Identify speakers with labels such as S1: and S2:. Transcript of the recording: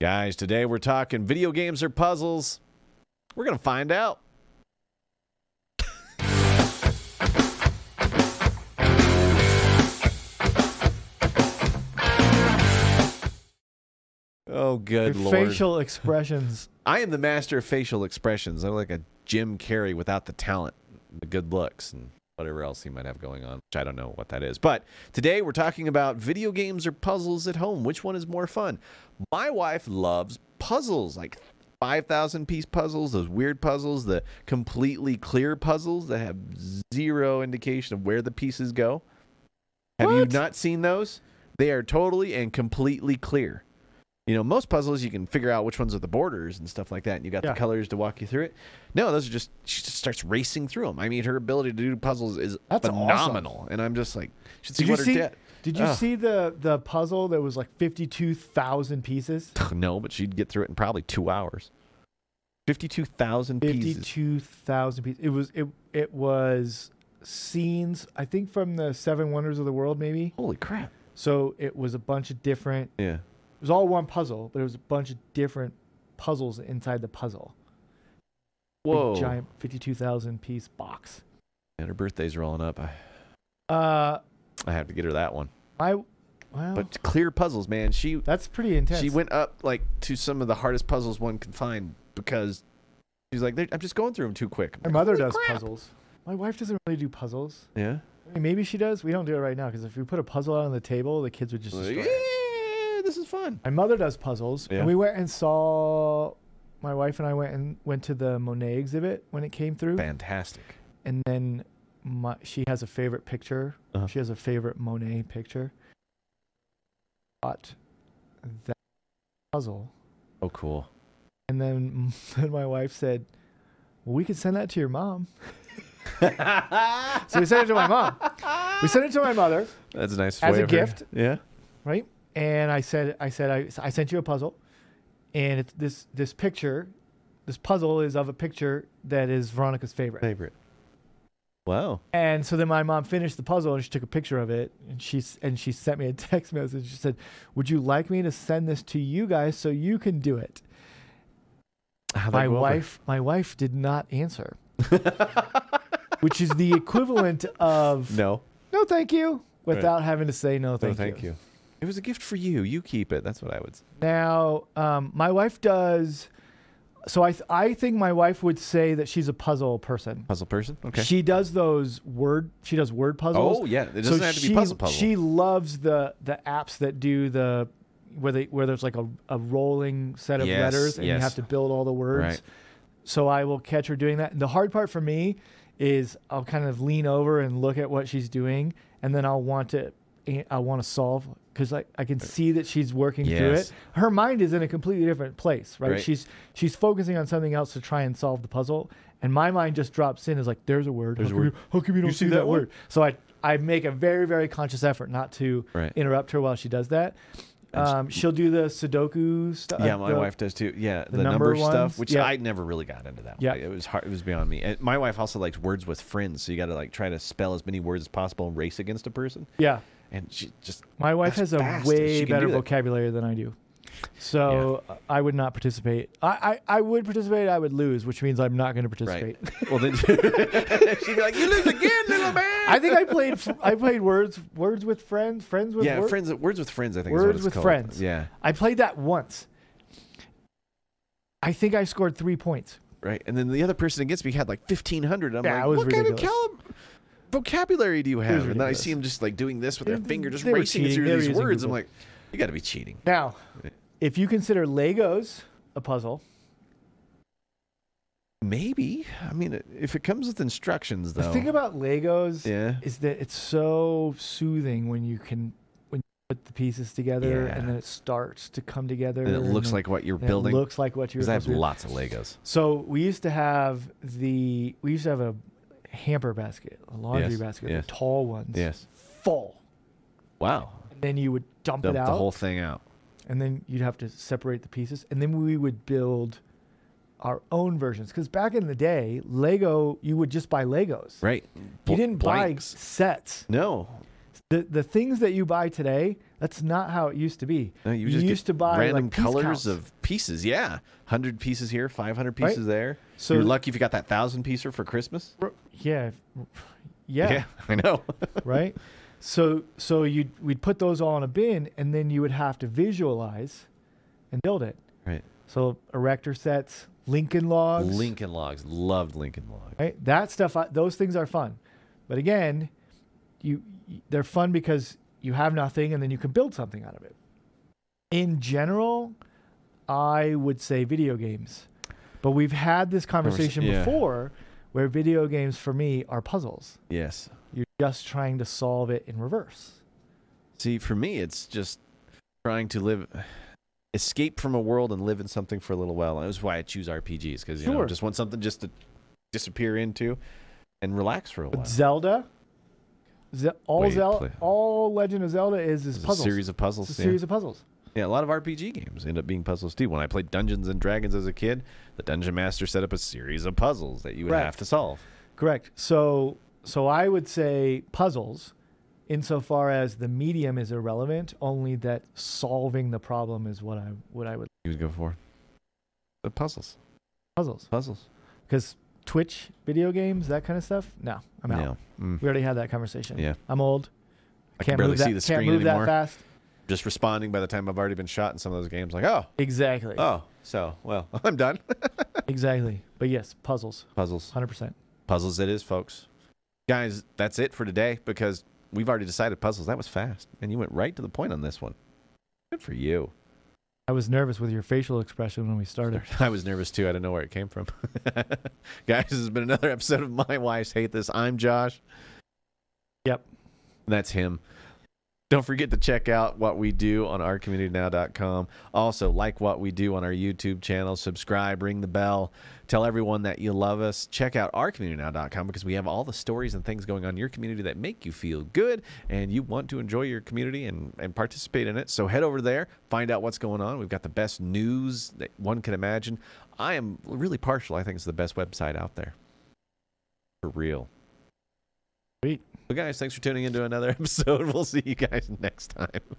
S1: Guys, today we're talking video games or puzzles. We're going to find out. Oh, good
S2: Your
S1: lord.
S2: facial expressions.
S1: I am the master of facial expressions. I'm like a Jim Carrey without the talent, the good looks, and whatever else he might have going on, which I don't know what that is. But today we're talking about video games or puzzles at home. Which one is more fun? My wife loves puzzles, like 5,000 piece puzzles, those weird puzzles, the completely clear puzzles that have zero indication of where the pieces go. Have you
S2: What?
S1: not seen those? They are totally and completely clear. You know, most puzzles you can figure out which ones are the borders and stuff like that, and you got
S2: Yeah.
S1: the colors to walk you through it. No, those are just she just starts racing through them. I mean, her ability to do puzzles is
S2: That's awesome.
S1: phenomenal, and I'm just like, should see
S2: Did you
S1: what her
S2: see?
S1: dad.
S2: Did you
S1: Ugh.
S2: see the the puzzle that was like fifty two thousand pieces?
S1: No, but she'd get through it in probably two hours. Fifty-two thousand
S2: Fifty
S1: pieces.
S2: two thousand pieces. It was it it was scenes. I think from the Seven Wonders of the World, maybe.
S1: Holy crap!
S2: So it was a bunch of different.
S1: Yeah,
S2: It was all one puzzle, but it was a bunch of different puzzles inside the puzzle. Big
S1: whoa!
S2: giant fifty two thousand piece box.
S1: And her birthday's rolling up. I,
S2: Uh,
S1: I have to get her that one.
S2: I well,
S1: But clear puzzles, man. She
S2: that's pretty Oh. intense.
S1: She went up like to some of the hardest puzzles one can find because she's like, "They're- I'm just going through them too quick.
S2: My
S1: I'm like,
S2: mother
S1: "Holy
S2: does
S1: crap."
S2: puzzles. My wife doesn't really do puzzles.
S1: Yeah.
S2: I mean, maybe she does. We don't do it right now because if we put a puzzle out on the table, the kids would just
S1: Like,
S2: destroy it.
S1: yeah, this is fun.
S2: My mother does puzzles,
S1: Yeah.
S2: and we went and saw. My wife and I went and went to the Monet exhibit when it came through,
S1: Fantastic.
S2: and then my, she has a favorite picture.
S1: Uh-huh.
S2: She has a favorite Monet picture. But that puzzle,
S1: Oh, cool.
S2: and then then my wife said, "Well, we could send that to your mom." so we sent it to my mom. We sent it to my mother.
S1: That's a nice
S2: As
S1: way
S2: a
S1: of her-
S2: gift?
S1: Yeah.
S2: right? And I said, I said, I, I sent you a puzzle, and it's this this picture, this puzzle is of a picture that is Veronica's favorite.
S1: Favorite. Wow.
S2: And so then my mom finished the puzzle and she took a picture of it, and she s- and she sent me a text message. She said, "Would you like me to send this to you guys so you can do it?"
S1: How'd that
S2: My
S1: go over?
S2: wife, my wife did not answer, which is the equivalent of
S1: No.
S2: no, thank you,
S1: Right.
S2: without having to say no,
S1: No,
S2: thank,
S1: thank you. It was a gift for you. You keep it. That's what I would say.
S2: Now, um, my wife does. So I, th- I think my wife would say that she's a puzzle person.
S1: Puzzle person. Okay.
S2: She does those word. She does word puzzles.
S1: oh yeah. It
S2: So
S1: doesn't have to be
S2: she-
S1: puzzle puzzle.
S2: She loves the the apps that do the where they where there's like a, a rolling set of
S1: Yes,
S2: letters and you
S1: yes.
S2: have to build all the words.
S1: Right.
S2: So I will catch her doing that. And the hard part for me is I'll kind of lean over and look at what she's doing, and then I'll want to eh, I want to solve because like I can see that she's working through
S1: Uh, Yes.
S2: it. Her mind is in a completely different place, right?
S1: Right.
S2: She's she's focusing on something else to try and solve the puzzle, and my mind just drops in is like, "There's a word.
S1: There's
S2: how
S1: a
S2: come
S1: word.
S2: you- how come you don't
S1: You
S2: see,
S1: see
S2: that,
S1: that
S2: word?
S1: word?
S2: So I I make a very very conscious effort not to
S1: Right.
S2: interrupt her while she does that.
S1: And she-
S2: Um, she'll do the Sudoku uh, stuff.
S1: Yeah, my wife does too. Yeah, the,
S2: number
S1: number,
S2: ones,
S1: stuff, which
S2: yeah.
S1: I never really got into that.
S2: Yeah.
S1: one. it was hard. It was beyond me. And my wife also likes words with friends, so you got to like try to spell as many words as possible and race against a person.
S2: Yeah,
S1: And she just
S2: my wife
S1: That's
S2: has a
S1: fast. She
S2: way
S1: can
S2: better
S1: do that.
S2: vocabulary than I do. So uh, I would not participate. I, I, I would participate. I would lose, which means I'm not going to
S1: right.
S2: participate.
S1: well, then she'd be like, "You lose again, little man."
S2: I think I played fr- I played words words with friends friends with
S1: yeah,
S2: Wor-
S1: friends. Words with friends. I think is what
S2: Words
S1: it's
S2: with
S1: called.
S2: Friends.
S1: Yeah,
S2: I played that once. I think I scored three points.
S1: right. And then the other person against me had like fifteen hundred. I'm
S2: Yeah,
S1: like,
S2: it was
S1: "What kind
S2: ridiculous.
S1: of calib- vocabulary do you have?" And then I
S2: ridiculous.
S1: see them just like doing this with
S2: They-
S1: their finger, just
S2: they were
S1: racing
S2: cheating.
S1: through
S2: They were
S1: these
S2: using
S1: words. I'm
S2: Google.
S1: like, "You got to be cheating."
S2: Now,
S1: Yeah.
S2: if you consider Legos a puzzle,
S1: Maybe. I mean, if it comes with instructions,
S2: the
S1: though.
S2: thing about Legos
S1: yeah.
S2: is that it's so soothing when you can when you put the pieces together
S1: Yeah.
S2: and then it starts to come together.
S1: And it looks
S2: then-
S1: like what you're
S2: and it
S1: building.
S2: looks like what you're.
S1: Because I have
S2: supposed to do.
S1: lots of Legos.
S2: So we used to have the we used to have a hamper basket, a laundry
S1: Yes,
S2: basket,
S1: yes.
S2: the tall ones,
S1: Yes.
S2: full.
S1: Wow.
S2: And then you would dump,
S1: Dump
S2: it out,
S1: the whole thing out.
S2: and then you'd have to separate the pieces, and then we would build our own versions. Because back in the day, Lego, you would just buy Legos.
S1: Right.
S2: You didn't buy
S1: Blanks.
S2: sets.
S1: No.
S2: The the things that you buy today, That's not how it used to be.
S1: No, you just
S2: used
S1: get
S2: to buy
S1: random
S2: like, piece
S1: colors
S2: counts.
S1: of pieces. Yeah, hundred pieces here, five hundred
S2: Right.
S1: pieces there.
S2: So-
S1: you're lucky if you got that thousand piecer for Christmas.
S2: yeah, yeah,
S1: I know.
S2: right. So so you we'd put those all in a bin, and then you would have to visualize and build it.
S1: right.
S2: So erector sets, Lincoln logs,
S1: Lincoln logs. Loved Lincoln logs.
S2: right? That stuff, I- those things are fun. But again, you y- they're fun because you have nothing and then you can build something out of it. In general, I would say video games. But we've had this conversation
S1: yeah.
S2: before where video games for me are puzzles.
S1: Yes.
S2: You're just trying to solve it in reverse.
S1: See, for me, it's just trying to live, escape from a world and live in something for a little while. And that's why I choose RPGs because you know
S2: Sure.
S1: just want something just to disappear into and relax for a
S2: But
S1: while.
S2: Zelda Ze- all
S1: Wait,
S2: Zelda,
S1: play-
S2: all Legend of Zelda is is
S1: It's a
S2: puzzles.
S1: series of puzzles.
S2: it's a
S1: yeah.
S2: series of puzzles.
S1: Yeah, a lot of RPG games end up being puzzles too. When I played Dungeons and Dragons as a kid, the dungeon master set up a series of puzzles that you would
S2: Right.
S1: have to solve.
S2: Correct. So so I would say puzzles insofar as the medium is irrelevant, only that solving the problem is what I what I would
S1: You would go for the puzzles,
S2: puzzles.
S1: puzzles.
S2: Because Twitch video games, that kind of stuff, no, I'm out.
S1: Yeah. Mm.
S2: We already had that conversation.
S1: Yeah.
S2: I'm old.
S1: I can
S2: Can't
S1: barely
S2: move that,
S1: see the
S2: can't
S1: screen
S2: move
S1: anymore.
S2: that fast.
S1: Just responding by the time I've already been shot in some of those games. Like, oh,
S2: Exactly.
S1: oh, so well, I'm done.
S2: Exactly. But yes, puzzles.
S1: puzzles,
S2: Hundred percent.
S1: puzzles. It is, folks. Guys, that's it for today because we've already decided puzzles. That was fast, and you went right to the point on this one. Good for you.
S2: I was nervous with your facial expression when we started.
S1: I was nervous too. I didn't know where it came from. Guys, this has been another episode of My Wives Hate This. I'm Josh.
S2: Yep.
S1: That's him. Don't forget to check out what we do on ourcommunitynow.com. Also, like what we do on our YouTube channel, subscribe, ring the bell, tell everyone that you love us. Check out ourcommunitynow.com because we have all the stories and things going on in your community that make you feel good and you want to enjoy your community and, and participate in it. So head over there, find out what's going on. We've got the best news that one can imagine. I am really partial. I think it's the best website out there. For real.
S2: Sweet.
S1: Well, guys, thanks for tuning into another episode. We'll see you guys next time.